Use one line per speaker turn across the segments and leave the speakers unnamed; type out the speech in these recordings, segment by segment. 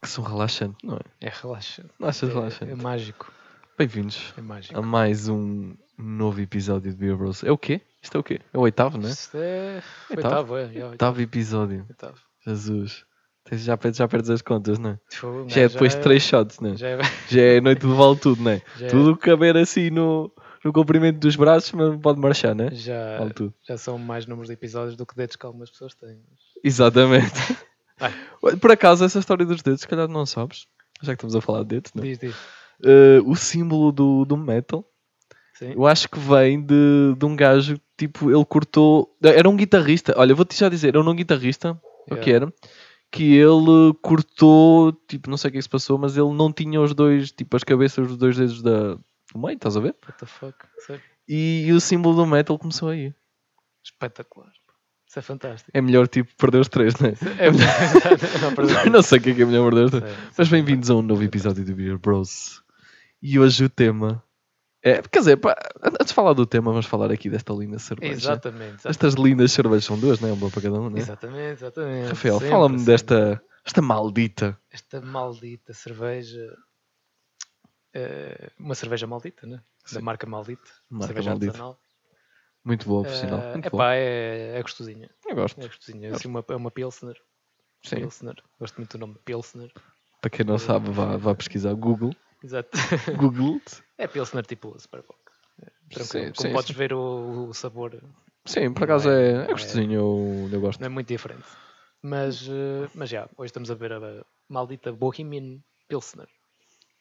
Que som relaxante, não é?
É relaxante.
Relaxa,
É-
relaxa.
É, mágico.
Bem-vindos
É mágico.
a mais um novo episódio de Beer Bros. É o quê? Isto é o quê? É o oitavo, né? Tá.
Isto é
Oitavo.
oitavo, é. é oitavo.
Oitavo episódio.
oitavo.
Jesus. Tens- Já perdes, já perdes as contas, não é?
Fogo,
Já
não,
é depois de três shots, não é?
Já é,
Já é noite do vale tudo, não é?
já, é-
Tudo caber assim no, no comprimento dos braços, mas não pode marchar, não é?
já,
Vale tudo.
já são mais números de episódios do que dedos que algumas pessoas têm.
Exatamente.
Vai.
Por acaso, essa história dos dedos, se calhar não sabes. Já que estamos a falar de dedos, não é?
Diz, diz.
Eh, o símbolo do, do metal
Sim.
Eu acho que vem de, de um gajo, tipo, ele cortou. Era um guitarrista, olha, vou-te já dizer, era um não guitarrista, o
é,
que é. era, que ele cortou, tipo, não sei o que é que se passou, mas ele não tinha os dois, tipo, as cabeças dos dois dedos da. do meio, estás a ver?
What the fuck? é Sério?
E, o símbolo do metal começou aí.
Espetacular. pá. Isso é fantástico.
É melhor, tipo, perder os três, né?
É não, perdão.
não sei o que é que é melhor perder os três.
Sério,
Mas
sério.
bem-vindos a um novo episódio do Beer Bros. E hoje o tema. É, quer dizer, pá, antes de falar do tema, vamos falar aqui desta linda cerveja.
Exatamente. exatamente.
Estas lindas cervejas são duas, não é? Uma para cada um, não é?
Exatamente, exatamente.
Rafael,
Sempre,
fala-me
sempre.
desta esta maldita.
Esta maldita cerveja. eh, uma cerveja maldita, né? Da
Sim.
marca Maldita.
Marca
cerveja
Maldita.
artesanal.
Muito boa, por sinal.
Eh,
Muito boa.
epá, é, é gostosinha.
Eu gosto.
É gostosinha. Assim, uma, é uma Pilsner.
Sim.
Pilsner. Gosto muito do nome Pilsner.
Para quem
Hum.
não sabe, vá, vá pesquisar Google.
Exato.
Google.
É Pilsner tipo Superbock. Tranquilo.
Sim,
Como
sim,
podes
sim.
ver, o, o sabor
Sim, por
Não
acaso
é-
é,
não
é
é-
gostosinho. Eu, eu gosto.
não é muito diferente. Mas, eh, mas já, hoje estamos a ver a maldita Bohemian Pilsner.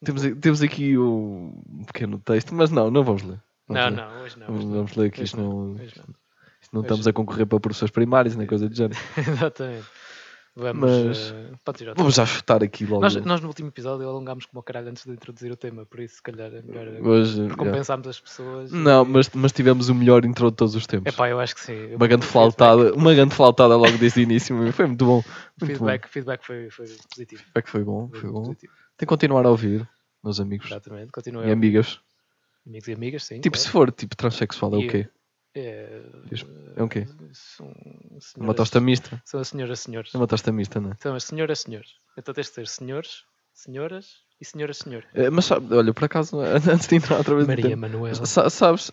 Temos, temos aqui o- um pequeno texto, mas não, não vamos ler.
Não,
Vamos ler.
não, hoje não.
Uhum. Vamos,
hoje não.
vamos ler aqui,
Hoje
isto é não,
hoje não.
isto não
Pois.
estamos a concorrer para professores primários nem coisa do género.
Exatamente. Vamos.
Mas-
eh, podes ir ao
Vamos já chutar aqui
tema.
logo.
nós, nós no último episódio alongámos como o caralho antes de introduzir o tema, por isso se calhar é melhor eh,
Hoje, já.
recompensarmos as pessoas.
Não, mas, mas tivemos o melhor intro de todos os tempos.
É pá, eu acho que sim. Eu-
Uma grande
o
flautada, uma grande flautada logo desde o início, meu. foi muito bom. Muito bom.
Feedback, feedback, feedback foi, foi positivo.
Feedback foi bom, foi bom. Tem
positivo.
que continuar a ouvir, meus amigos
Exatamente. Continua.
e amigas.
Amigos e amigas, sim.
Tipo, se
claro.
for tipo transexual, é o
E-
quê?
É,
Diz- É o quê?
São senhoras,
Uma tosta mista?
São as senhoras, senhores.
É uma tosta mista, não é?
São as senhoras, senhores. Então tens de ser senhores, senhoras e senhoras, senhor.
Eh, Mas sabe, olha, por acaso, antes de entrar outra vez no
Maria
tema,
Manuela.
sa- sabes?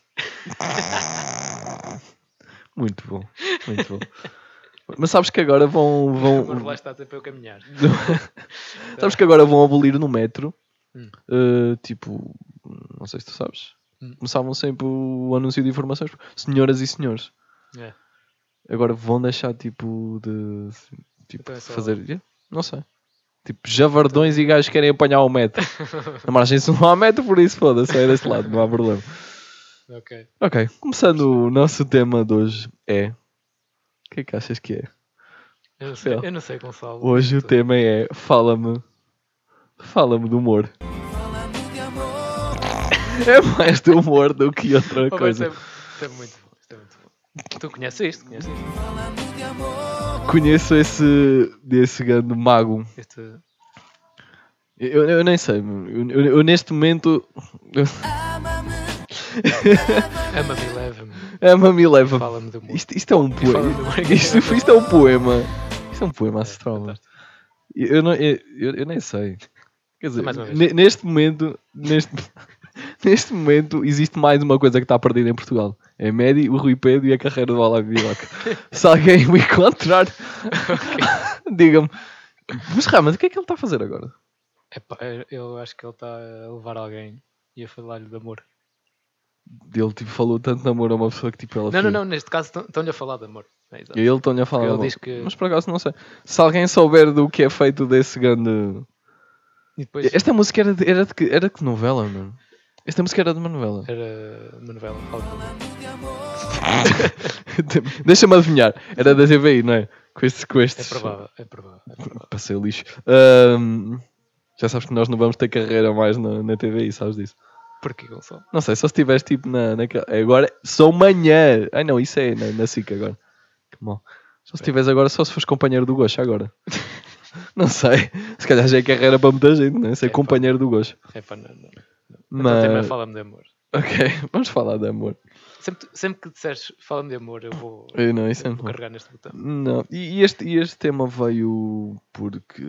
Muito bom, muito bom. Mas sabes que agora vão.
Agora lá
vão
está a dizer para eu caminhar.
sabes que agora vão abolir no metro.
Hum.
eh, tipo, não sei se tu sabes.
Hum.
Começavam sempre o anúncio de informações. Senhoras e senhores.
É.
agora vão deixar tipo de tipo,
Então é
de
só-
fazer Yeah, não sei tipo javardões e gajos querem apanhar o metro na margem sul não há metro por isso foda-se é desse lado não há problema
Ok.
ok começando o nosso tema de hoje é o que é que achas que é
Eu não sei,
Rafael.
eu não sei Gonçalo.
hoje o
Tu-
tema é fala-me fala-me do humor é mais do humor do que outra
Oh, mas
coisa
Isto é, isto é muito bom. Isto é muito bom. Tu conheces isto? Conheces isto?
conheço esse desse grande mago
Este,
Eu, eu nem sei, meu. eu, eu- eu neste momento.
Ama-me e leva-me.
Ama-me e é, leva.
Fala-me do mundo.
Isto, isto é um
fala-me
poema.
do amor.
Isto, isto é um poema. Isto é um poema astral. mano.
fantástico.
Eu, não, eu, eu- eu nem sei. Quer dizer,
Mais uma vez.
ne- neste momento. Neste, neste momento existe mais uma coisa que está perdida em Portugal. É a Medi, o Rui Pedro e a carreira do Olavo Biloca. Se alguém o encontrar, diga-me. Mas realmente, o que é que ele está a fazer agora?
Epá, eu- é, eu acho que ele está a levar alguém e a falar-lhe de amor.
Ele tipo, falou tanto de amor a uma pessoa que tipo, ela
Não, não,
foi-
não, neste caso estão- estão-lhe a falar de amor. É, exato.
E ele estão-lhe a falar.
Ele
mal.
diz que-
Mas por acaso não sei. Se alguém souber do que é feito desse grande.
E depois
Esta música era de, era de, que- era de que novela, mano? Esta música era de uma novela.
era uma novela. Fala de amor.
Deixa-me adivinhar. Era da TVI, não é? Com este. Com este
É provável, é provável. é provável.
Passei lixo. Ahm, Já sabes que nós não vamos ter carreira mais na, na TVI, sabes disso?
Porquê, Gonçalo?
Não sei, só se tiveste tipo na, naquela. é Agora, só manhã! Ai não, isso é na, na SIC agora. Que mal. Só se tivesse agora, só se fores companheiro do Gosto agora. não sei. Se calhar já é carreira para muita gente, não é? Ser
É, pá.
companheiro do Gosto.
É pá, não, não. Então também
Mas.
fala-me de amor.
Ok, vamos falar de amor.
Sempre, sempre que disseres fala-me de amor, eu vou,
Eu não, isso é
eu vou
amor.
carregar neste botão.
Não, e e este, e este tema veio porque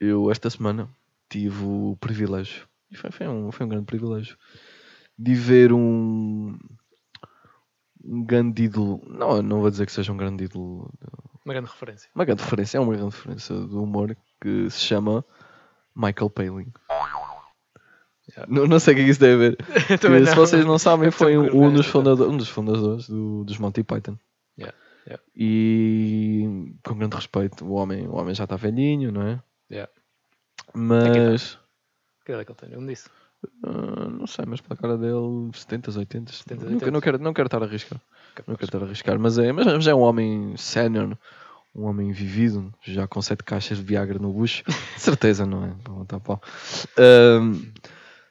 eu esta semana tive o privilégio, e foi, foi um, foi um grande privilégio, de ver um, um grande ídolo, não, eu não vou dizer que seja um grande ídolo,
Uma grande referência.
uma grande referência, é uma grande referência do humor que se chama Michael Palin.
Yeah.
Não, não sei o que é que isso tem a ver.
Também
que, se
não.
vocês não sabem, foi
Estou a
um, um dos
curioso.
fundador- um dos fundadores do- dos Monty Python.
né? Yeah, yeah.
E com grande respeito, o homem, o homem já está velhinho, não é?
Yeah.
Mas
Que idade é que ele tem? Eu me disse.
ah, não sei, mas pela cara dele, 70, 80, 70,
70s,
nunca, não, quero, não quero estar a arriscar. Não
Capaz.
quero estar a arriscar, mas é, mas mas é um homem sénior, um homem vivido, já com sete caixas de Viagra no bucho, De certeza, não é? Para montar pau. Ahm,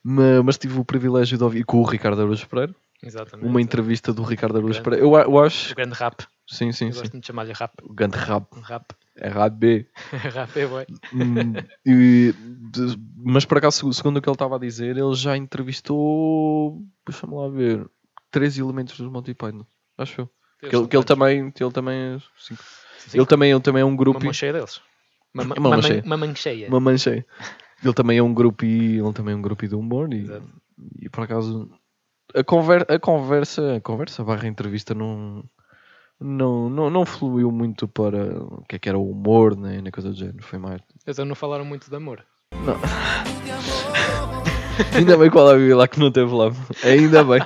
ma- mas tive o privilégio de ouvir com o Ricardo Araújo Pereira,
Exatamente.
uma entrevista do Ricardo Araújo
Grande.
Pereira. Eu, a- eu
é O
acho,
grande rap.
sim, sim,
Eu
sim.
gosto muito de chamar-lhe rap.
O grande rap,
Um rap.
é rap B.
rap é boi.
Hum, e- de- mas por acaso, seg- segundo o que ele estava a dizer, ele já entrevistou, deixa-me lá ver, três elementos do Monty Python, acho eu. Que ele, que ele também, que ele também, é- sim. ele também, ele também é um grupo,
Uma mão cheia deles. Uma, ma-
Uma mão
uma,
cheia.
man- uma mão cheia.
uma manchei. Ele também é um grupo, e- ele também é um grupo de humor e,
Exato.
e por acaso a, conver, a conversa, a conversa barra entrevista não não, não, não fluiu muito para o que é que era o humor, nem, nem coisa do género. Foi mais
Então não falaram muito de amor.
Ainda bem que o Alavi lá que não teve lá. Ainda bem.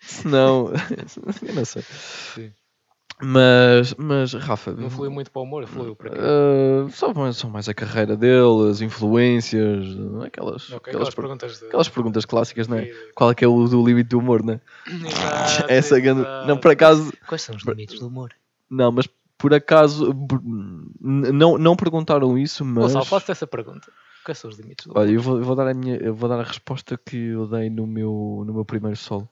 Senão. Eu não sei. Mas, mas Rafa.
Não fluiu muito para o humor, fluiu para aquilo.
ah, só, mais, só mais a carreira dele, as influências, aquelas, aquelas,
Ok, aquelas
per-
perguntas de...
aquelas perguntas clássicas, não é?
Ok.
Qual é que é o do limite do humor, não é?
Exato,
Essa é grande.
exato.
Não, por acaso.
Quais são os limites do humor?
Não, mas por acaso. por- n- Não, não perguntaram isso, mas.
Gonçalo, faço-te essa pergunta. Quais são os limites do humor?
Olha, eu vou, eu vou dar a minha, eu vou dar a resposta que eu dei no meu, no meu primeiro solo.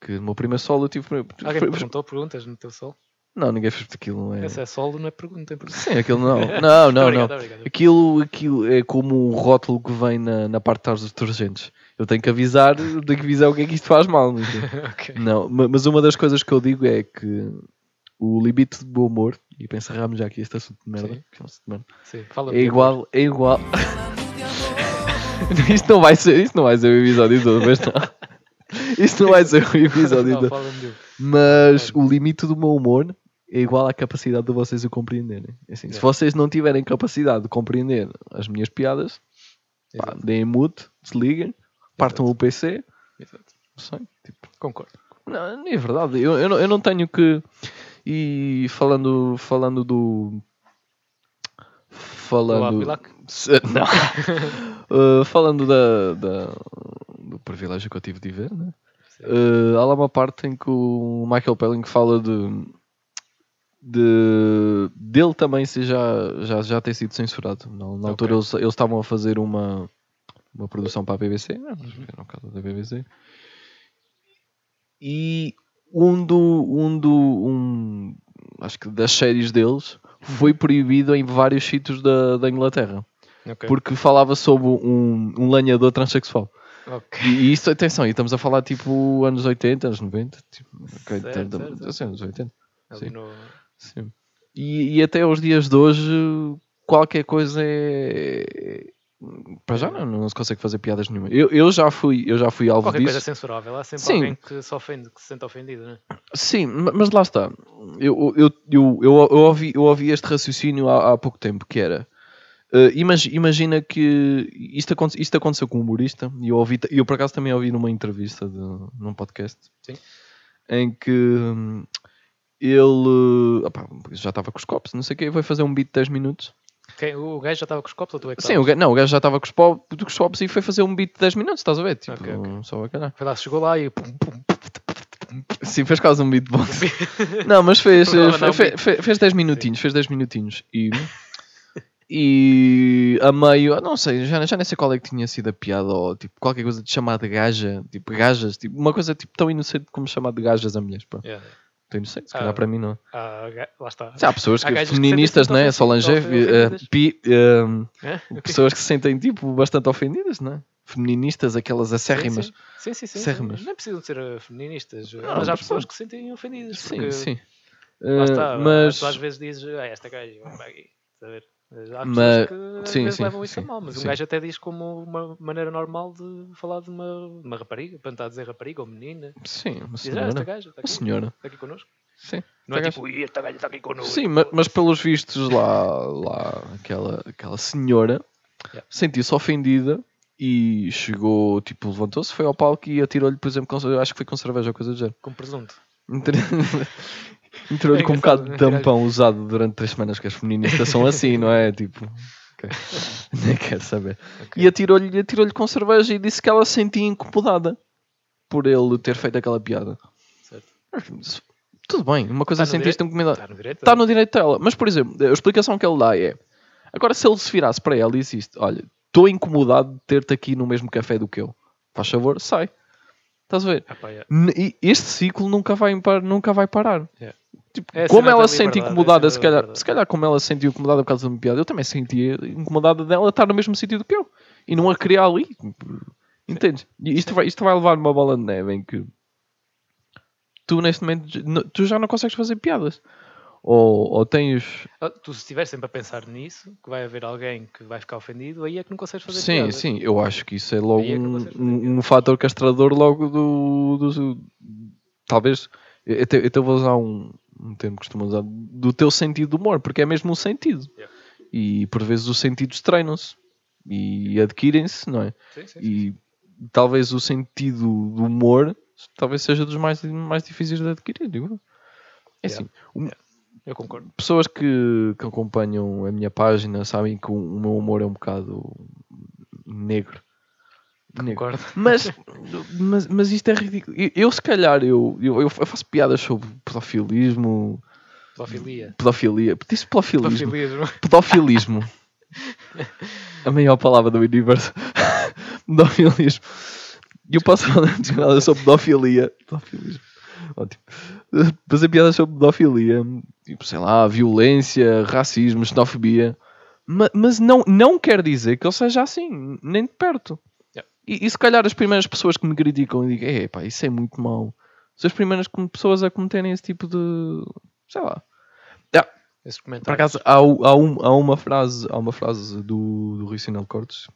Que no meu primeiro solo eu tive.
Alguém
foi-
me perguntou perguntas no teu solo?
não, ninguém fez porque aquilo não é.
Essa é solo, não é pergunta. é pergunta.
Sim, aquilo não. Não, não,
Obrigado,
não.
obrigado.
Aquilo, aquilo é como o rótulo que vem na, na parte de trás dos detergentes. Eu tenho que avisar, tenho que avisar o que é que isto faz mal. não é?
Ok.
Não, ma- mas uma das coisas que eu digo é que o limite do humor, e para encerrarmos já aqui este assunto de merda,
Sim.
que é um assunto de merda,
Sim, fala
É igual, é igual. isto não vai ser, isto não vai ser o episódio todo, mas não. Isto não vai ser o episódio todo.
fala de...
Mas o limite do meu humor é igual à capacidade de vocês o compreenderem. Assim, se
Yeah.
vocês não tiverem capacidade de compreender as minhas piadas, pá,
Exato.
deem mute, desliguem, partam o PC,
Exato.
não sei, tipo,
Concordo.
não, não é verdade. Eu, eu, não, eu não tenho que. E falando, falando do.
Do
Falando.
Apilac?
Se- não. Uh, falando da, da- do privilégio que eu tive de ver, né?
Sim.
Uh, há lá uma parte em que o Michael Pelling fala de. de dele também se já, já, já ter sido censurado. Na, na altura eles, eles estavam a fazer uma, uma produção para a BBC, né? era um caso da BBC. E um do. Um do um, acho que das séries deles foi proibido em vários sítios da, da Inglaterra
Ok.
porque falava sobre um, um lanhador transexual.
Ok.
E, e isto, atenção, e estamos a falar tipo anos 80, anos 90, tipo, ok,
Certo,
tam- tam-
certo, certo.
assim, anos 80,
Ali
Sim.
no-
sim. E, e até aos dias de hoje, qualquer coisa é. Para já não, não se consegue fazer piadas nenhuma. Eu, eu já fui, eu já fui alvo
Qualquer
disso.
coisa é censurável. Há sempre
Sim.
alguém que se ofende, que se sente ofendido, né?
Sim, ma- mas lá está. Eu, eu, eu, eu, eu ouvi, eu ouvi este raciocínio há, há pouco tempo, que era... eh, imag- imagina que isto, aconte, isto aconteceu com um humorista, e eu, ouvi, ta- e eu por acaso também ouvi numa entrevista, de, num podcast,
Sim.
em que hum, ele eh, opá, já estava com os copos, não sei o quê, vai fazer um beat de 10 minutos.
Quem- o gajo já estava com os copos ou tu é que
Sim,
estavas?
o gajo, não, o gajo já estava com os, po- com os copos e foi fazer um beat de 10 minutos, estás a ver? Tipo,
Ok, ok.
só vai calhar.
Foi lá, chegou lá e pum, pum, pum,
Sim, fez quase um beatbox. Não, mas fez, eh,
Programa
fe-
não um
fe-
beat.
fe- fez 10 minutinhos, fez 10 minutinhos. E E a meio, ah, não sei, já, já nem sei qual é que tinha sido a piada, ou tipo, qualquer coisa de chamar de gaja, tipo gajas, tipo, uma coisa tipo, tão inocente como chamar de gajas a mulheres. Pá.
Yeah.
Tão inocente, se
Ah.
calhar para mim não.
Ah, ga- lá está.
Sim, há pessoas
Há
que,
gajas que
feministas,
sentem-se
né?
ofendidas.
Solange, eh,
Ofendidas.
pi- ehm,
Hã?
pessoas que se sentem tipo bastante ofendidas, né? Feministas, aquelas acérrimas.
Sim, sim, sim. sim, sim.
Acérrimas.
Não precisam de ser eh, feministas,
Não,
mas há
mas
pessoas
pronto.
que se sentem ofendidas.
Sim,
porque
sim.
Lá
Eh,
está,
mas
tu às vezes dizes, ah, esta gaja, vai para aqui. Estás a ver? Há pessoas
Mas-
que às
sim,
vezes
sim,
levam isso a
sim,
mal, mas um
sim.
gajo até diz como uma maneira normal de falar de uma, de uma rapariga, para não estar a dizer rapariga ou menina.
sim, uma
Diz, ah, esta
senhora.
gaja está
Uma
aqui,
senhora.
está aqui connosco.
Sim.
Não é
Esta
tipo, "Ih, esta gaja está aqui connosco.
Sim, ma- mas, pelos vistos lá, lá aquela, aquela senhora
Yeah.
sentiu-se ofendida e chegou, tipo, levantou-se, foi ao palco e atirou-lhe, por exemplo, com, eu acho que foi com cerveja ou coisa do género.
Com presunto.
Entra- Entrou-lhe
É
com um
engraçado,
bocado de
né?
tampão usado durante três semanas, que as feministas são assim, não é? Tipo, ok. nem quero saber. E atirou-lhe atirou com cerveja e disse que ela se sentia incomodada por ele ter feito aquela piada.
Certo.
Mas, isso- Tudo bem, uma coisa
Tá
é
no
sentir-te
direito?
incomodado
Está no direito?
está Tá no direito dela. Mas, por exemplo, a explicação que ele dá é: agora, se ele se virasse para ela e dissesse, olha, estou incomodado de ter-te aqui no mesmo café do que eu, faz favor, sai. Estás a ver?
Ah, pá, é.
N- e Este ciclo nunca vai, par- nunca vai parar.
É.
Tipo,
É a
como
cena
ela
da
se sente
liberdade,
incomodada,
é a cena
se
da
calhar,
liberdade.
se calhar como ela se sentiu incomodada por causa de uma piada, eu também sentia incomodada dela estar no mesmo sítio do que eu e não a criar ali. Entendes? E isto vai, isto vai levar numa bola de neve em que tu, neste momento, j- n- tu já não consegues fazer piadas. Ou, ou tens.
Ah, Tu se estiver sempre a pensar nisso, que vai haver alguém que vai ficar ofendido, aí é que não consegues fazer
Sim,
piadas.
sim, eu acho que isso é logo
Aí é que não
um,
consegues fazer
um-
piadas.
um fator castrador logo do. do- talvez. Eu até, eu até vou usar um, um termo que costumo usar. Do teu sentido de humor, porque é mesmo um sentido.
Yeah.
E por vezes os sentidos treinam-se e adquirem-se, não é?
Sim, sim, sim.
E talvez o sentido do humor talvez seja dos mais, mais difíceis de adquirir. digo eu. É
Yeah.
assim, um-
Eu concordo.
pessoas que, que acompanham a minha página sabem que o, o meu humor é um bocado negro. Negro.
Concordo.
Mas, mas, mas isto é ridículo. Eu, eu, se calhar, eu, eu, eu faço piadas sobre pedofilismo,
Pedofilia.
pedofilia. Disse pedofilismo.
Pedofilismo.
Pedofilismo. a maior palavra do universo. pedofilismo. E eu posso falar de piadas sobre pedofilia. Pedofilismo. Ótimo. Eh, Fazer piadas sobre pedofilia. Tipo, sei lá, violência, racismo, xenofobia. Ma- Mas não, não quer dizer que eu seja assim, nem de perto.
Yeah.
E, e se calhar as primeiras pessoas que me criticam e digam, pá, isso é muito mau. São as primeiras com- pessoas a cometerem esse tipo de. sei lá.
Esses
Por
comentários.
acaso, há, o- há um- há uma frase, há uma frase do, do Rui Sinal Cortes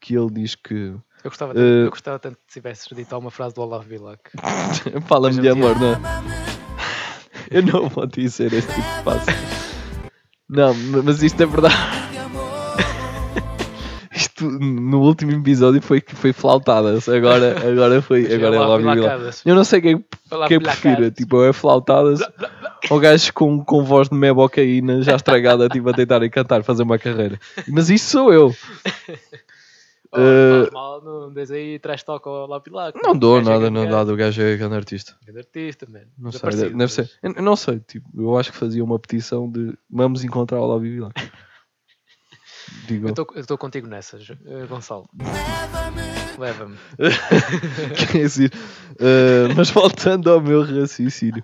que ele diz que
Eu gostava,
Eh, Ah,
tanto, eu gostava tanto que tivesse dito alguma frase do Olavo Bilac.
fala-me de
Mas eu-
amor, não é? Eu não vou dizer este tipo de frase. Não, ma- mas isto é verdade. Isto no último episódio foi, foi flautada. só Agora, agora foi. Agora é Olavo
Olavo
Bilac.
Bilacadas.
Eu não sei quem,
Olavo
quem
Bilacadas.
prefira. Tipo, é flautadas ou gajos com, com voz de mebocaína já estragada, tipo, a tentarem cantar, fazer uma carreira. Mas isso sou eu.
Oh,
Eh,
faz mal, não dês aí trash talk ao Olavo Bilac.
Não dou
O gajo é
nada,
grande
não
gajo,
dá. O gajo é grande artista.
grande artista, man.
Não sei,
Desaparecido,
deve, deve ser.
mas-
Eu, eu não sei, tipo, eu acho que fazia uma petição de vamos encontrar o Lobby Vilac. Digo,
Eu tô- Eu estou contigo nessas, eh, Gonçalo. Leva-me.
quer dizer, é eh, mas voltando ao meu raciocínio.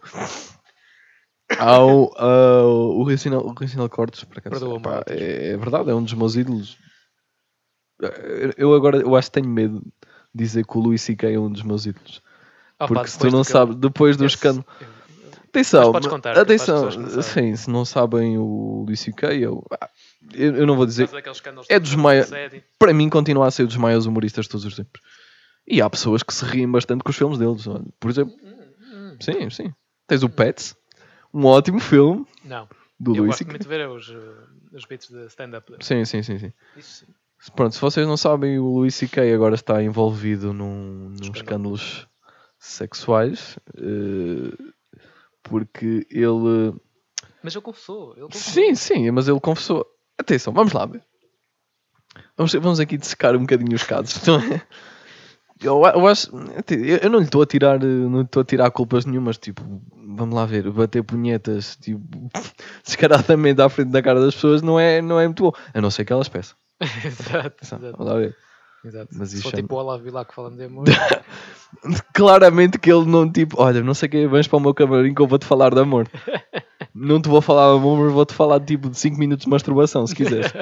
Ao, ao- o Racinal o Rui Sinal Cortes, por acaso,
Perdoa-me,
pá,
Matheus.
é, é verdade, é um dos meus ídolos. Eh, Eu agora, eu acho que tenho medo de dizer que o Luís C.K. é um dos meus ídolos.
Oh, pá,
porque se tu
depois
não
daquele-
sabes, depois do
Esse-
escândalo.
Mas
Atenção,
podes
ma-
contar, tipo, às
atenção,
pessoas que não sabem.
sim, se não sabem o Luís C.K., eu, ah, eu, eu não vou dizer,
faz aqueles escândalos
é
de
dos maiores-
assédio.
para mim continua a ser dos maiores humoristas de todos os tempos. E há pessoas que se riem bastante com os filmes deles, olha, por exemplo, sim, sim, tens o Pets, um ótimo filme
Não,
do
eu
Luís
gosto
C.K.
muito de ver os, eh, os bits de stand-up.
Sim, sim, sim, sim.
Isso sim.
Pronto, se vocês não sabem, o Luís C.K. agora está envolvido num, num
Escândalo.
escândalos sexuais, eh, porque ele...
Mas ele confessou. Ele confessou.
Sim, sim, mas ele confessou. Atenção, vamos lá ver. Vamos, vamos aqui dissecar um bocadinho os casos, não é? Eu, a- eu acho. Eu eu não lhe estou a tirar. eh, Não lhe estou a tirar culpas nenhumas. Tipo, vamos lá ver. Bater punhetas. Tipo, descaradamente à frente da cara das pessoas não é, não é muito bom. A não ser que elas peçam.
exato,
Atenção,
exato.
vamos lá ver.
exato.
Mas
Se
isso
for
é-
tipo o Olavo Vilar que falando de amor,
Claramente que ele não tipo, olha, não sei quem vens para o meu camarim que eu vou-te falar de amor. não te vou falar de amor, mas vou-te falar tipo de 5 minutos de masturbação, se quiseres.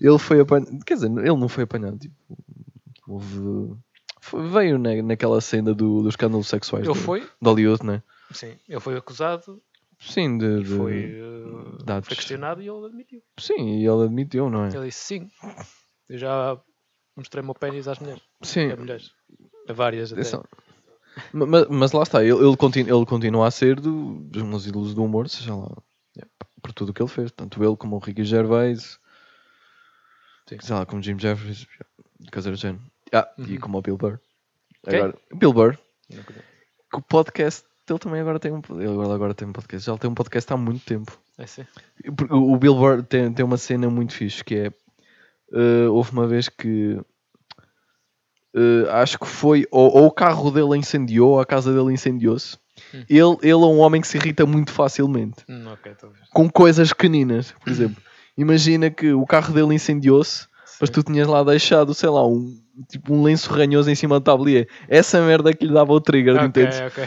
ele foi apanhado, quer dizer, ele não foi apanhado, tipo, houve... foi- veio na, naquela cena do, dos escândalos sexuais
ele
do,
foi,
de Hollywood, né?
sim, ele foi acusado
Sim, de,
e
de-
foi, eh,
dados.
foi questionado e ele admitiu.
sim, e ele admitiu, não é?
Ele disse sim, eu já mostrei o meu pênis às mulheres,
Sim,
a mulheres, a várias até.
Atenção. Ma- ma- Mas, lá está, ele, ele, continu- ele continua a ser do, dos meus ídolos do humor, seja lá, é, por tudo o que ele fez. Tanto ele como o Ricky Gervais,
Sim.
sei lá, como Jim Jeffries, coisa do género. Ah, e
Uhum.
como o Bill Burr.
Quem?
Agora, o Bill Burr,
Não conheço.
que o podcast, ele também agora tem um, ele agora, agora tem um podcast, já tem um podcast há muito tempo.
É sim.
Porque o o Bill Burr tem, tem uma cena muito fixe que é. eh, houve uma vez que. eh, acho que foi. Ou, ou o carro dele incendiou, ou a casa dele incendiou-se.
Hum.
Ele, ele é um homem que se irrita muito facilmente.
Hum, ok, talvez.
Com coisas pequeninas, por exemplo. Imagina que o carro dele incendiou-se, mas tu tinhas lá deixado, sei lá, um, tipo um lenço ranhoso em cima do tablier. Essa merda é que lhe dava o trigger,
Ok,
entendes?
ok.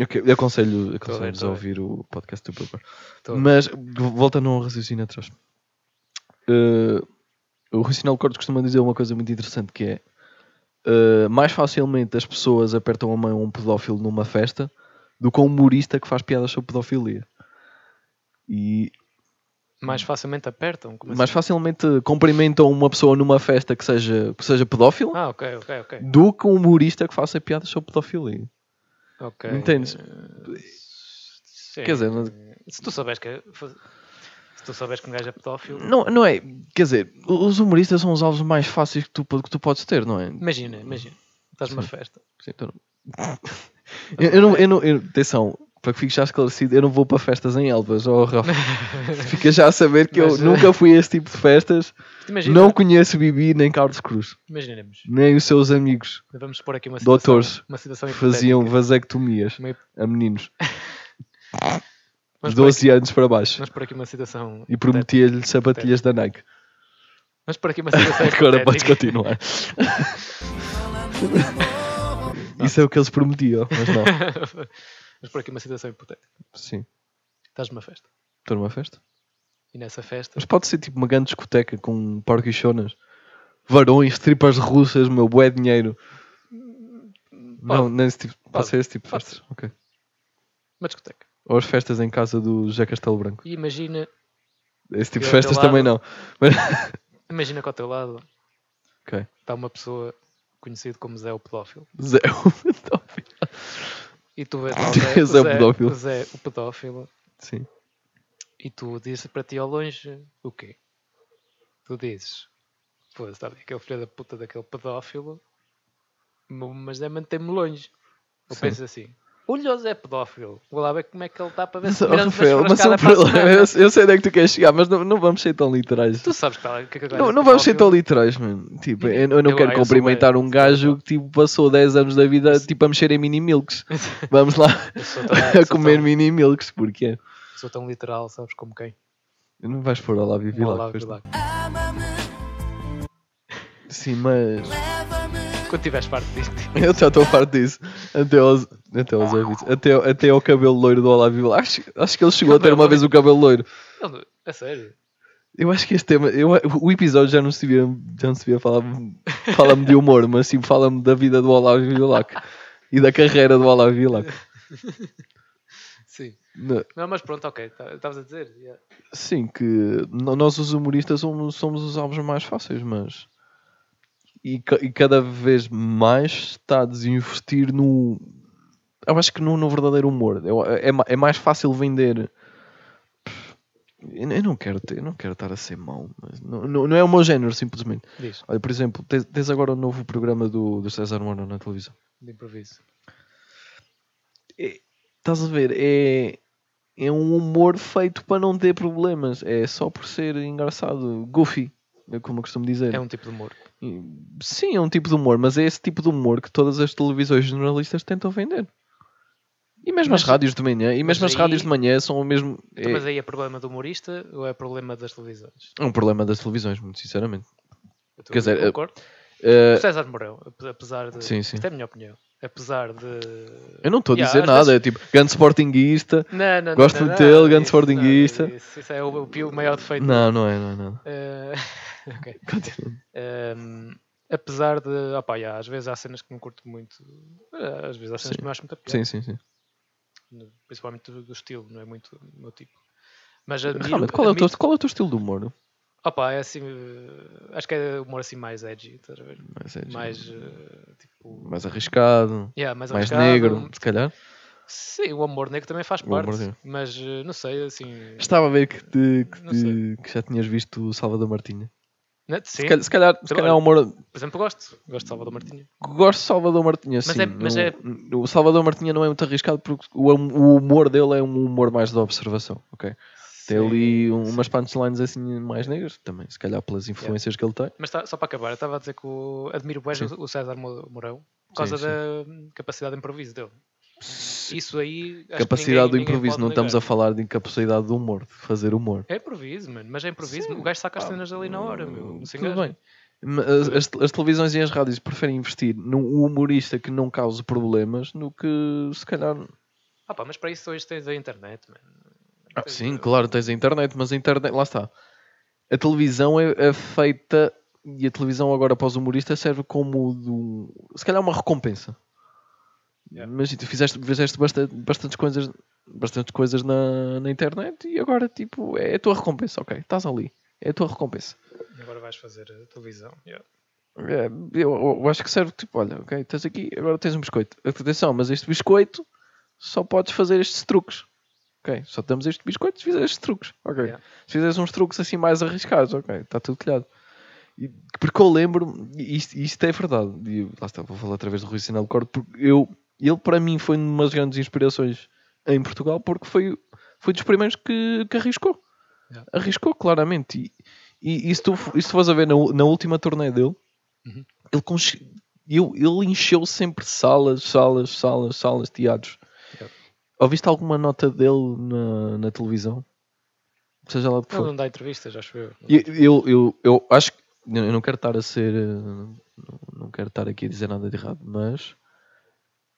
Ok, Eu aconselho, aconselho
tô
a
bem.
ouvir o podcast do Bill Burr.
Tô.
Mas, v- voltando a um raciocínio atrás. Eh, o Racional Cortes costuma dizer uma coisa muito interessante que é eh, mais facilmente as pessoas apertam a mão a um pedófilo numa festa do que a um humorista que faz piadas sobre pedofilia. E
Mais facilmente apertam? Como
mais
assim?
facilmente cumprimentam uma pessoa numa festa que seja, que seja pedófila
Ah, ok, ok, ok.
do que um humorista que faça piadas sobre pedofilia.
Ok.
Entendes?
Eh, sim.
Quer dizer, mas-
se tu souberes que se tu souberes que um gajo é pedófilo,
Não, não é? Quer dizer, os humoristas são os alvos mais fáceis que tu, que tu podes ter, não é?
imagina, imagina. Estás numa festa.
Sim, então não. eu, eu não, eu não, eu- atenção, para que fique já esclarecido, eu não vou para festas em Elvas, ó Rafa. Fica já a saber que
Mas, eh,
eu nunca fui a esse tipo de festas,
Imagina,
não conheço Bibi nem Carlos Cruz,
imaginemos.
nem os seus amigos
Vamos pôr aqui uma situação,
doutores
uma situação
que faziam
hipotética.
vasectomias
Uma hip-
a meninos de
Vamos pôr, aqui,
12 anos para baixo
vamos pôr aqui uma situação.
e prometia-lhe sapatilhas da Nike.
Vamos pôr aqui uma situação.
Agora podes
hipotética.
continuar. Isso é o que eles prometiam, mas não.
Vamos pôr aqui uma situação hipotética.
Sim,
Estás numa festa.
estou numa festa.
E nessa festa.
Mas pode ser tipo uma grande discoteca com porquichonas, varões, tripas russas, meu, bué dinheiro. Não, não é esse tipo. Pode,
Pode.
ser esse tipo de
Pode
festas. Ok.
Uma discoteca.
Ou as festas em casa do José Castelo Branco.
E imagina,
Esse tipo de
E ao
festas
teu lado-
também não. Mas,
imagina que ao teu lado
ok.
está uma pessoa conhecida como Zé o pedófilo.
Zé, o pedófilo.
E tu vês lá o Zé, o
Zé o
Zé-
pedófilo.
o Zé o pedófilo.
Sim.
E tu dizes para ti ao longe o quê? Tu dizes, foda-se, está ali aquele filho da puta daquele pedófilo, m- mas é manter-me longe. Ou
Sim.
pensas assim, olha o Zé pedófilo, vou lá ver como é que ele está para ver
Mas,
se
oh,
melhor não
Rafael,
faz
mas
frascada
o
para a
problema,
semana."
eu, eu sei onde é que tu queres chegar, mas não, não vamos ser tão literais.
Tu sabes que está lá- que, que, que
Não, não vamos ser tão literais, mano. Tipo, eu, eu não
Eu-
quero
eu sou
cumprimentar
bué-
um gajo que tipo, passou 10 anos da vida tipo, a mexer em mini milks. Vamos lá
sou tão- eu
a
sou
comer
tão-
mini milks, porque
Sou tão literal, sabes como quem?
Não vais pôr Olá Vivi
Olá,
lá.
vê
pois não.
lá.
Sim, mas
Quando tiveres parte tipo, disto,
eu já estou farto disso. Até aos, até aos ouvidos. Até, até ao cabelo loiro do Olá Vivi lá. Acho, acho que ele chegou a ter uma vez o cabelo loiro.
Ele- a é sério.
Eu acho que este tema. Eu, o episódio já não se devia, já não se devia falar. Fala-me de humor, mas sim fala-me da vida do Olá Vivilac e da carreira do Olá Vivilac.
Sim.
Não,
Não, mas pronto, ok. tá- Estavas a dizer. yeah.
Sim, que no- nós os humoristas somos, somos os alvos mais fáceis, mas. E, ca- e cada vez mais está a desinvestir no. Eu acho que no, no verdadeiro humor. Eu- é, ma- é mais fácil vender. Eu, eu não quero ter- eu não quero estar a ser mau, mas não, não, não é o meu género, simplesmente.
Diz,
Olha, por exemplo, tens, tens agora o novo programa do, do César Moura na televisão.
de improviso.
É- estás a ver? É, é um humor feito para não ter problemas. É só por ser engraçado. Goofy, é como eu costumo dizer.
É um tipo de humor.
E- Sim, é um tipo de humor, mas é esse tipo de humor que todas as televisões jornalistas tentam vender. E mesmo
Mas-
as rádios de manhã, e mesmo
mas
as rádios
aí-
de manhã são o mesmo.
Então, Mas
É,
aí é problema do humorista ou é problema das televisões?
é um problema das televisões, muito sinceramente.
Eu
Quer dizer, eu-
concordo.
Eh,
O César Mourão, ape- apesar de.
Sim, sim.
Isto é a minha opinião. Apesar de.
eu não estou a
Yeah,
dizer
às
nada,
vezes-
é tipo, grande sportinguista.
Não, não,
Gosto
não,
muito
não,
dele,
não,
grande
isso, não,
sportinguista.
Isso, isso é o, o pior- o maior defeito.
Não, não é, não é nada.
Eh, ok. Ehm, apesar de. Opá, yeah, às vezes há cenas que não curto muito. eh, Às vezes há cenas
Sim.
que não acho muito piada.
Sim, sim, sim.
no- Principalmente do, do estilo, não é muito o meu tipo. Mas admiro.
Realmente, qual é, o
admiro-
teu, qual é o teu estilo de humor?
Opá, é assim. eh, Acho que é humor assim mais edgy, estás a ver?
Mais, edgy,
Mais. eh, tipo.
é mais arriscado,
yeah, mais,
mais
arriscado,
negro, se calhar.
Sim, o amor negro também faz
O amor
parte,
negro.
mas eh, não sei, assim.
Estava a ver que, te- que,
Não
te-
sei.
que já tinhas visto o Salvador Martinha.
né, Sim,
Se calhar, se calhar, se
Sei
calhar
lá.
é um humor.
por exemplo, gosto. Gosto de Salvador Martinha.
Gosto de Salvador Martinha,
Mas
sim.
é- mas
Não-
é-
O Salvador Martinha não é muito arriscado porque o, o humor dele é um humor mais de observação, ok? Tem ali um- umas punchlines assim mais negras, também, se calhar pelas influências que ele tem.
Mas tá- só para acabar, eu estava a dizer que o, admiro bem o o César Mo- Mourão por causa
Sim,
da hum, capacidade de improviso dele. Isso aí. acho que
Capacidade
ninguém-
do improviso,
ninguém
não
pode
estamos a
negar.
falar de incapacidade do humor, de fazer humor.
É improviso, mano. Mas é improviso. o gajo saca as cenas ali na hora, meu. Não se
Ah, Tudo
engaja.
bem. Ma- As, as- as televisões e as rádios preferem investir num humorista que não cause problemas do que se calhar.
Ah, pá, mas para isso hoje tens a internet, mano.
Ah,
Tens
sim,
a-
claro, tens a internet, mas a internet. Lá está. A televisão é, é feita. E a televisão agora para os humoristas serve como. do- se calhar uma recompensa.
Yeah.
Mas tu fizeste, fizeste bastante, bastantes coisas. Bastantes coisas na, na internet e agora, tipo, é a tua recompensa, ok? Estás ali, é a tua recompensa.
Agora vais fazer a televisão. yeah.
É, eu, eu acho que serve tipo, olha, ok, estás aqui, agora tens um biscoito. Atenção, mas este biscoito só podes fazer estes truques. Ok, só damos este biscoito se fizeres estes truques. Ok,
Yeah.
se fizeres uns truques assim mais arriscados, ok, está tudo telhado. E- porque eu lembro, e isto, isto é verdade, e eu- lá está, vou falar através do Rui Sinal de Corte, porque eu, ele para mim foi uma das grandes inspirações em Portugal, porque foi, foi dos primeiros que, que arriscou.
Yeah.
Arriscou, claramente. E, e, e se tu, f- e se tu fores a ver na, u- na última turnê dele,
Uhum.
ele, cons- eu- ele encheu sempre salas, salas, salas, salas, teatros.
Yeah.
Ouviste alguma nota dele na, na televisão? Seja lá o que
Ele
for.
não dá entrevistas, acho eu.
Eu, eu, eu, eu acho que. Eu não quero estar a ser. eh, Não, não quero estar aqui a dizer nada de errado, mas.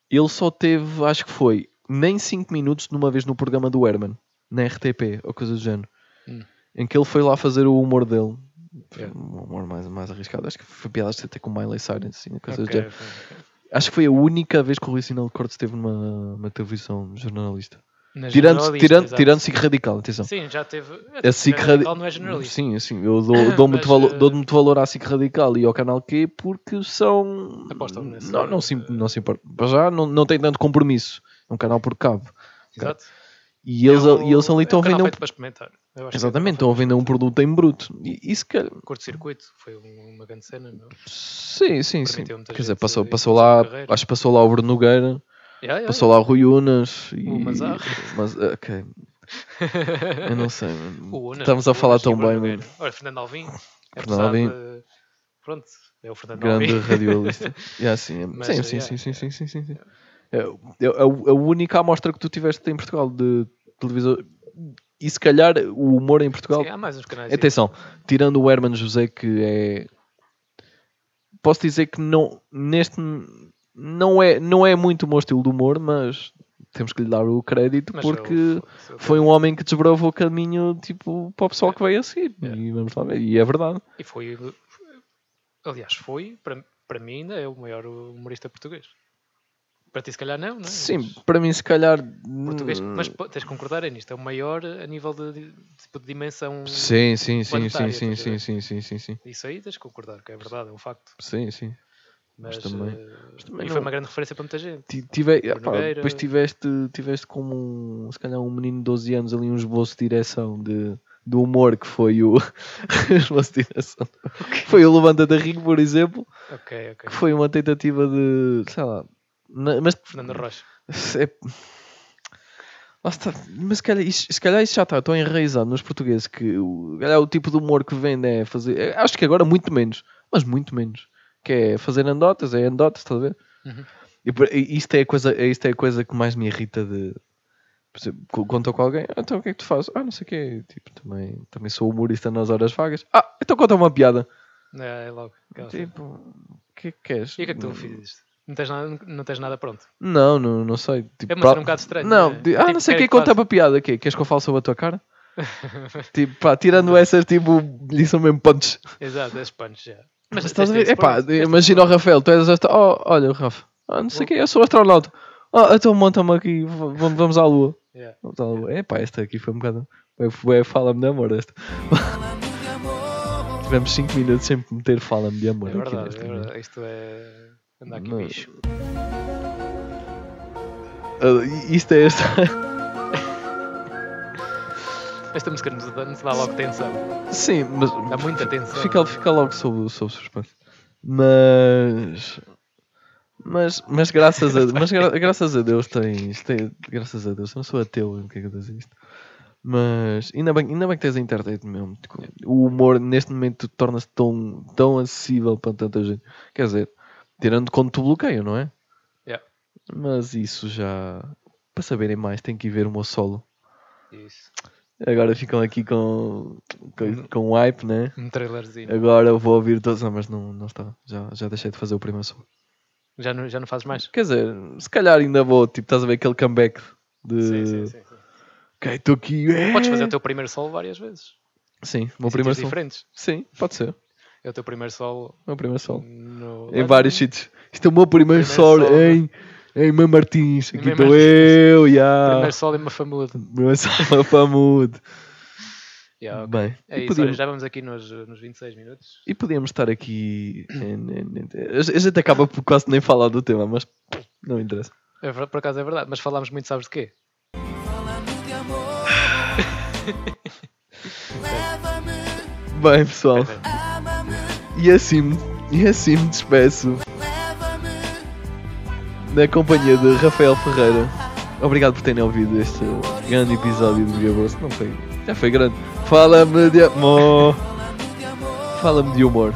Ele só teve, acho que foi, nem 5 minutos numa vez no programa do Herman, na RTP, ou coisa do género.
Hum.
Em que ele foi lá fazer o humor dele.
Yeah.
Um humor mais, mais arriscado. Acho que foi piadas até com Miley Cyrus, assim, coisa do
Ok,
género.
ok.
Acho que foi a única vez que o Rui Sinal de Cortes esteve numa, numa televisão jornalista.
Nas
Tirando,
jornalistas,
tirando,
exato.
tirando SIC Radical, atenção.
Sim, já teve.
A SIC
Radical não é jornalista.
Sim, assim, eu dou, dou muito
Mas,
valor,
eh,
dou muito valor à SIC Radical e ao Canal Q porque são.
Apostam nesse- eh,
não, não, se, imp- não se importa. Para já não, não tem tanto compromisso. É um canal por cabo.
Exato.
E eles,
É o-
e eles ali estão a
é um canal
vender um.
feito para experimentar. Eu acho que é
Exatamente,
um
estão a vender um produto em bruto. E isso que.
Curto-circuito foi um- uma grande cena, meu.
Sim, sim, sim.
Permitiu muita
Quer dizer,
gente
passou,
fazer
passou
isso,
lá.
carreira.
Acho que passou lá o Bruno Nogueira,
Yeah, yeah,
passou lá o Rui Unas. E,
O Mazar.
Mas, ok,
yeah.
eu não sei. mano.
O Unas,
Estamos a
o
falar
Unas e o
tão
Bruno
bem,
Nogueira.
mano.
Olha, Fernando Alvim.
Fernando
Fernando
Alvim.
Alvim. Pronto, é o Fernando
grande
Alvim.
radialista. Yeah, sim, é-
Mas,
sim,
eh,
sim,
yeah,
sim, sim, sim, sim, sim, sim. É, é- é o- a única amostra que tu tiveste em Portugal de televisão. E se calhar o humor em Portugal.
Sim, há mais uns canais. aí.
Atenção, tirando o Herman José, que é. Posso dizer que não, neste. Não é, não é muito o meu estilo de humor, mas temos que lhe dar o crédito
Mas é
porque
eu- eu-
foi um homem que desbravou o caminho tipo, para o
É.
pessoal que veio a seguir. E, vamos lá ver. e é verdade.
E foi. Aliás, foi, para, para mim, ainda é o maior humorista português. Para ti, se calhar, não, não é?
Sim,
Mas
para mim, se calhar. hum,
Português, mas pô, tens de concordar é nisto, é o maior a nível de, de- tipo, de dimensão.
Sim, sim, sim, sim,
planetária, tá
sim,
estás a
sim,
ver?
sim, sim, sim, sim.
Isso aí tens de concordar, que é verdade, é um facto.
Sim, sim.
Mas,
também-
eh,
também
e
não-
foi uma grande referência para muita gente.
Ti- Tive,
Bruno
pá,
Nogueira.
depois tiveste, tiveste como um, se calhar um menino de 12 anos ali um esboço de direção de, do humor que foi o um esboço de direção. Foi o Levanta da Rio, por exemplo,
Ok,
que
ok.
foi uma tentativa de sei lá. na- mas
Fernando Rocha.
é, lá está, mas se calhar, isso, se calhar isso já está tão enraizado nos portugueses que o, se calhar o tipo de humor que vende é fazer. é, Acho que agora muito menos, mas muito menos. Que é fazer andotas, é andotas, estás a ver?
Uhum.
E por- e isto é a coisa, é- isto é a coisa que mais me irrita de. Por exemplo, co- quando estou com alguém, "Ah, então o que é que tu fazes? Ah, não sei o quê. Tipo, também, também sou humorista nas horas vagas. Ah, então conta uma piada.
É, é logo. aquela cena.
Tipo, o que é que queres?
E o que é que tu fizeste? Não tens nada, não tens nada pronto.
Não, não, não sei. Tipo,
É uma
pra-
cena um bocado estranha.
Não,
é?
di- ah,
Tipo,
não sei o que
querem
é que conta
faças.
para piada. Quê? Queres que eu fale sobre a tua cara? tipo, pá, tirando essas, tipo, lhe são mesmo pontos.
Exato, és punch já.
Mas
este-
estás a
este
ver?
é
Epá,
sport, este é
imagina o Rafael, tu és esta. Oh, olha, Rafa, ah,
Oh.
não sei o que, eu sou astronauta. Ah, então monta-me aqui, v- vamos, vamos à Lua.
Yeah. é
Vamos à Lua. Epá, esta aqui foi um bocado. foi- foi- Fala-me de amor, esta. Tivemos 5 minutos sem meter Fala-me de amor
É
aqui
verdade,
neste
é
momento.
verdade. Isto é. Andar aqui
Não.
bicho.
Ah, i- isto é esta.
Esta música nos dá, nos dá logo tensão.
Sim, mas.
Dá muita tensão. né?
Fica, fica logo sob, sob suspense. Mas. Mas, mas, graças, a, mas gra- graças a Deus tens, tem- Graças a Deus, eu não sou ateu, o que é que eu dizer isto? Mas ainda bem, ainda bem que tens a internet mesmo. Tipo, O humor neste momento torna-se tão, tão acessível para tanta gente. Quer dizer, tirando quando tu bloqueio, não é?
Yeah.
Mas isso já. Para saberem mais, tem que ir ver o meu solo.
Isso.
Agora ficam aqui com, com, com hype, né?
Um trailerzinho.
Agora vou ouvir todos. Não, mas não, não está. Já, já deixei de fazer o primeiro solo. É-
Já não, já não fazes mais?
Quer dizer, se calhar ainda vou. Tipo, estás a ver aquele comeback de.
Sim, sim, sim. sim.
Ok, estou aqui. é!"
Podes fazer o teu primeiro solo várias vezes.
Sim, o
Em
meu primeiro
sítios
solo.
diferentes.
Sim, pode ser. O
É o teu primeiro solo
meu primeiro solo.
no.
Em vários sítios. Isto é o meu primeiro,
um Primeiro
solo
solo.
em, em Mãe Martins. Aqui
Mãe
estou
Martins.
eu. Yeah.
Primeiro solo em uma família. de-
Meu solo para mudo.
Yeah, ok.
Bem,
É
e,
isso, olha,
podíamos,
já vamos aqui nos, nos 26 minutos.
e podíamos estar aqui. em- em- em- A gente acaba por quase nem falar do tema, mas não interessa.
É ver- por acaso é verdade, mas falámos muito, sabes de quê?
Bem, pessoal. E assim, e assim me despeço na companhia de Rafael Ferreira. Obrigado por terem ouvido este grande episódio do Viabroso. Não foi, já foi grande. Fala-me de amor. Fala-me de humor.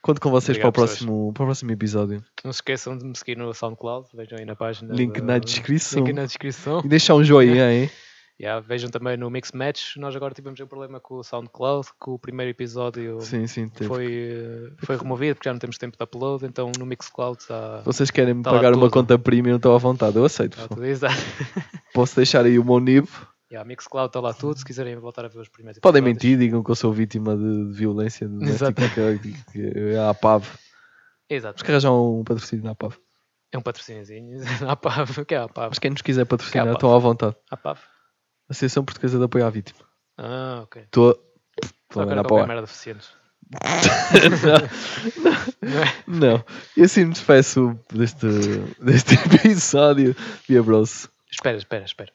Conto com vocês para o,
Obrigado, pessoas.
próximo, para o próximo episódio.
Não se esqueçam de me seguir no SoundCloud, vejam aí na página.
Link
da-
na descrição.
Link na descrição.
E deixar um joinha, hein?
Yeah, vejam também no Mix Match. Nós agora tivemos um problema com o SoundCloud, que o primeiro episódio
Sim, sim. teve.
foi, eh, foi removido, porque já não temos tempo de upload, então no Mixcloud está.
Vocês querem me
Tá lá
pagar uma
tudo.
conta premium, estou à vontade. Eu aceito.
está
pessoal.
tudo exato.
Posso deixar aí o meu NIB.
yeah, Mixcloud está lá tudo, se quiserem voltar a ver os primeiros
Podem
episódios.
mentir, digam que eu sou vítima de, de violência doméstica,
Tá Exato.
que, que é a APAV. Acho
Exato.
que arranjam um patrocínio na APAV.
É um patrocíniozinho. A PAV. O que é a PAV?
Mas quem nos quiser patrocinar,
APAV?
estão à vontade.
A PAV?
Associação Portuguesa de Apoio à Vítima.
Ah, ok.
Estou. Estou
Só
a
que
mandar
era
para o
qualquer
ar.
merda deficiente.
Não. E assim me despeço deste, deste episódio. Via Bros.
Espera, espera, espera.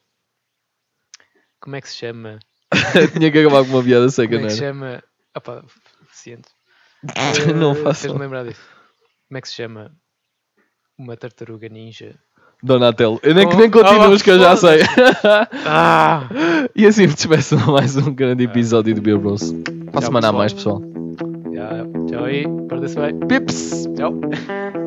Como é que se chama?
Tinha que acabar com uma piada seca,
Como
não
é que se
era?
chama? Opa, deficiente.
Não
Eh,
faço.
Fez-me lembrar disso. Como é que se chama? Uma tartaruga ninja.
Donatello. Eu nem,
Oh,
nem continuo
oh,
os que eu já sei.
foda-se. Ah!
e assim me despeço de mais um grande episódio do Via Bros. Para a
É. Tchau,
semana a
pessoal.
mais, pessoal.
Já, tchau aí. Perde-se bem.
Pips!
Tchau.